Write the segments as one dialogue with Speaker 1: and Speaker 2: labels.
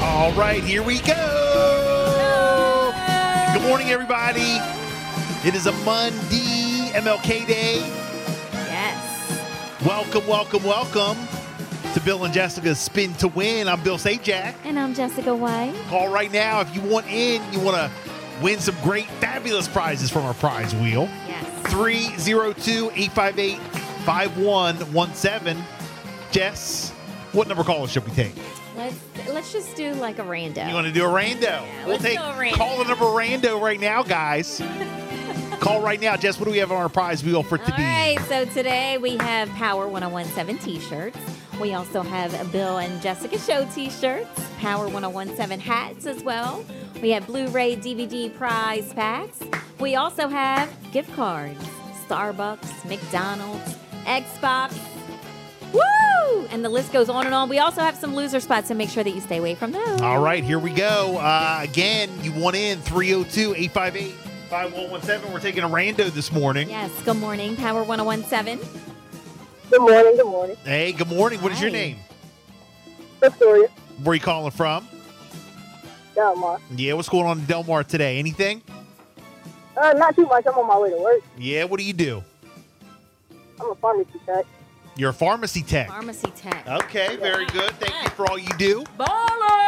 Speaker 1: All right, here we go. Good morning, everybody. It is a Monday, MLK Day.
Speaker 2: Yes.
Speaker 1: Welcome, welcome, welcome to Bill and Jessica's Spin to Win. I'm Bill Sajak.
Speaker 2: And I'm Jessica White.
Speaker 1: Call right now if you want in, you want to win some great, fabulous prizes from our prize wheel.
Speaker 2: Yes.
Speaker 1: 302 858 5117. Jess, what number caller should we take?
Speaker 2: Let's let's just do like a random.
Speaker 1: You want to do a rando? we'll
Speaker 2: let's
Speaker 1: take
Speaker 2: do a rando.
Speaker 1: call the number rando right now, guys. call right now, Jess. What do we have on our prize wheel for
Speaker 2: All
Speaker 1: today?
Speaker 2: right, so today we have Power 1017 t shirts. We also have Bill and Jessica Show t shirts, Power 1017 hats as well. We have Blu ray DVD prize packs. We also have gift cards Starbucks, McDonald's, Xbox. Woo! And the list goes on and on. We also have some loser spots, so make sure that you stay away from those.
Speaker 1: All right, here we go. Uh, again, you want in 302 858 5117. We're taking a rando this morning.
Speaker 2: Yes, good morning, Power 1017.
Speaker 3: Good morning, good morning.
Speaker 1: Hey, good morning. What is your
Speaker 2: Hi.
Speaker 1: name?
Speaker 3: Victoria,
Speaker 1: Where are you calling from?
Speaker 3: Delmar.
Speaker 1: Yeah, what's going on in Delmar today? Anything?
Speaker 3: Uh, not too much. I'm on my way to work.
Speaker 1: Yeah, what do you do?
Speaker 3: I'm a pharmacy tech.
Speaker 1: You're a pharmacy tech.
Speaker 2: Pharmacy Tech.
Speaker 1: okay, very good. Thank you for all you do.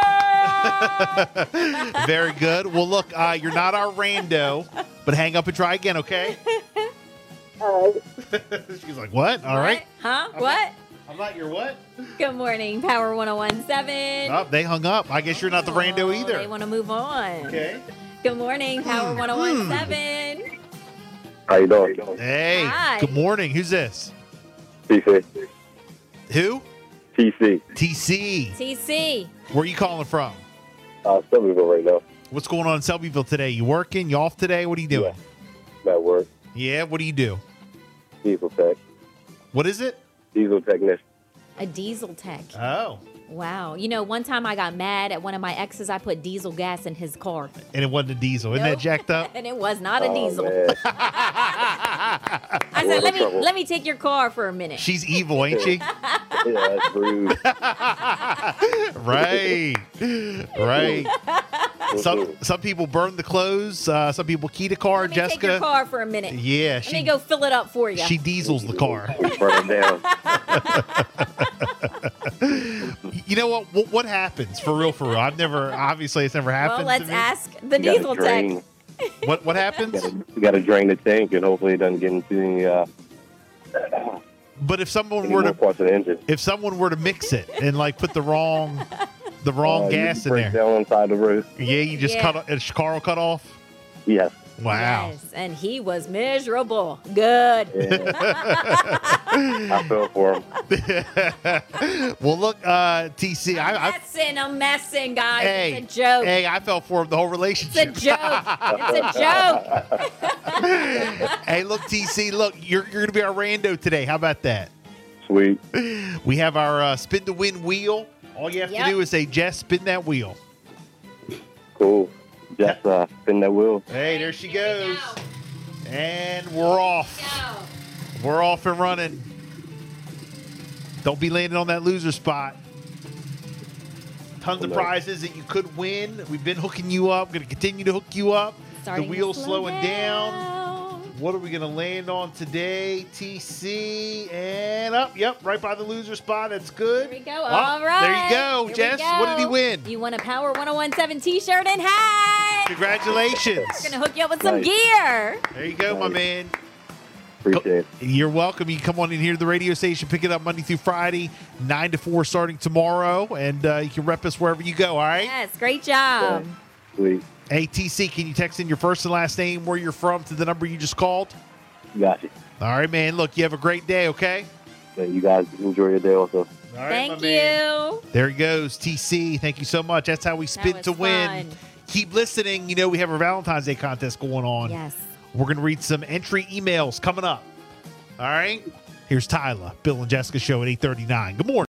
Speaker 2: Baller!
Speaker 1: very good. Well, look, uh, you're not our rando, but hang up and try again, okay?
Speaker 3: Uh,
Speaker 1: She's like, what? All right.
Speaker 2: Huh?
Speaker 1: Okay.
Speaker 2: What?
Speaker 1: I'm not your what?
Speaker 2: Good morning, Power 1017.
Speaker 1: Oh, they Oh, hung up. I guess you're not the rando
Speaker 2: Oh, They
Speaker 1: either.
Speaker 2: want to move on.
Speaker 1: Okay. Hmm.
Speaker 2: Good morning, Power 1017.
Speaker 4: How you doing?
Speaker 1: Hey,
Speaker 2: Hi.
Speaker 1: good morning. Who's this?
Speaker 4: TC.
Speaker 1: Who?
Speaker 4: TC.
Speaker 1: TC.
Speaker 2: TC.
Speaker 1: Where you calling from?
Speaker 4: Uh, Shelbyville right now.
Speaker 1: What's going on in Selbyville today? You working? You off today? What are you doing?
Speaker 4: I'm at work.
Speaker 1: Yeah. what do you do?
Speaker 4: Diesel tech.
Speaker 1: What is it?
Speaker 4: Diesel technician.
Speaker 2: A diesel tech.
Speaker 1: Oh.
Speaker 2: Wow. You know, one time I got mad at one of my exes. I put diesel gas in his car,
Speaker 1: And it wasn't a diesel. Isn't
Speaker 2: Nope.
Speaker 1: that jacked up?
Speaker 2: and it was not a
Speaker 4: Oh,
Speaker 2: diesel.
Speaker 4: man.
Speaker 2: I said,
Speaker 4: World
Speaker 2: let me
Speaker 4: trouble.
Speaker 2: let me take your car for a minute.
Speaker 1: She's evil, ain't she?
Speaker 4: yeah, that's rude.
Speaker 1: right. Right. Some some people burn the clothes. Uh, some people key the car.
Speaker 2: let me
Speaker 1: Jessica.
Speaker 2: take your car for a minute.
Speaker 1: Yeah,
Speaker 2: let me
Speaker 1: she
Speaker 2: go fill it up for you.
Speaker 1: she diesels the car.
Speaker 4: We burn it down.
Speaker 1: You know what? What, what happens for real? For real, I've never. Obviously, it's never
Speaker 2: well,
Speaker 1: happened. to
Speaker 2: let's
Speaker 1: me.
Speaker 2: ask the
Speaker 4: You gotta
Speaker 2: diesel tech.
Speaker 4: drain.
Speaker 1: What what happens?
Speaker 4: gotta- You got to drain the tank, and hopefully it doesn't get into any, uh,
Speaker 1: But if someone
Speaker 4: any
Speaker 1: were
Speaker 4: more
Speaker 1: to
Speaker 4: parts of the engine.
Speaker 1: if someone were to mix it and like put the wrong the wrong
Speaker 4: Uh,
Speaker 1: gas in
Speaker 4: you break
Speaker 1: there,
Speaker 4: down inside the roof.
Speaker 1: yeah, you just
Speaker 2: Yeah.
Speaker 1: cut cut a car will cut off.
Speaker 4: Yes.
Speaker 1: Wow.
Speaker 2: Yes, and he was miserable. Good.
Speaker 4: Yeah. I fell for him.
Speaker 1: well, look, uh, TC, I, I
Speaker 2: messing, I'm messing, guys.
Speaker 1: hey
Speaker 2: it's a joke.
Speaker 1: hey, I fell for him the whole
Speaker 2: It's a
Speaker 1: relationship.
Speaker 2: joke. it's a joke.
Speaker 1: hey, look, TC, look, you're you're gonna be our rando today. How about that?
Speaker 4: Sweet.
Speaker 1: We have our uh, spin to win wheel. All you have
Speaker 2: Yep.
Speaker 1: to do is say, Jess, spin that wheel.
Speaker 4: Cool. Just uh, spin that wheel.
Speaker 1: Hey, there she
Speaker 2: Here we
Speaker 1: goes. And we're off.
Speaker 2: go.
Speaker 1: We're off and running. Don't be landing on that loser spot. Tons of
Speaker 4: Hello.
Speaker 1: prizes that you could win. We've been hooking you up. Going to continue to hook you up.
Speaker 2: Starting
Speaker 1: the
Speaker 2: to
Speaker 1: wheel's
Speaker 2: slow
Speaker 1: slowing down.
Speaker 2: down.
Speaker 1: What are we going to land on today? TC and up. Yep, right by the loser spot. That's good.
Speaker 2: Here we go.
Speaker 1: Oh,
Speaker 2: All right.
Speaker 1: There you go,
Speaker 2: Here we
Speaker 1: Jess. What did he
Speaker 2: go.
Speaker 1: win?
Speaker 2: You won a Power 1017 t shirt and hat. We're
Speaker 1: Congratulations.
Speaker 2: going to hook you up with some
Speaker 4: Nice.
Speaker 2: gear.
Speaker 1: There you go, my man.
Speaker 4: Appreciate it.
Speaker 1: You're welcome. You can come on in here to the radio station, pick it up Monday through Friday, 9 to 4 starting tomorrow, and uh, you can rep us wherever you go, all right?
Speaker 2: Yes, great job.
Speaker 4: Sweet.
Speaker 1: ATC, can you text in your first and last name, where you're from, to the number you just called?
Speaker 4: Got you.
Speaker 1: All right, man. Look, you have a great day, okay?
Speaker 4: Yeah, You guys enjoy your day also.
Speaker 1: All right,
Speaker 2: Thank
Speaker 1: my
Speaker 2: you.
Speaker 1: man. There he goes, TC. Thank you so much. That's how we
Speaker 2: That
Speaker 1: spin
Speaker 2: was
Speaker 1: to win.
Speaker 2: fun.
Speaker 1: Keep listening. You know we have our Valentine's Day contest going on.
Speaker 2: Yes.
Speaker 1: We're gonna read some entry emails coming up. All right. Here's Tyler, Bill and Jessica show at eight thirty nine. Good morning.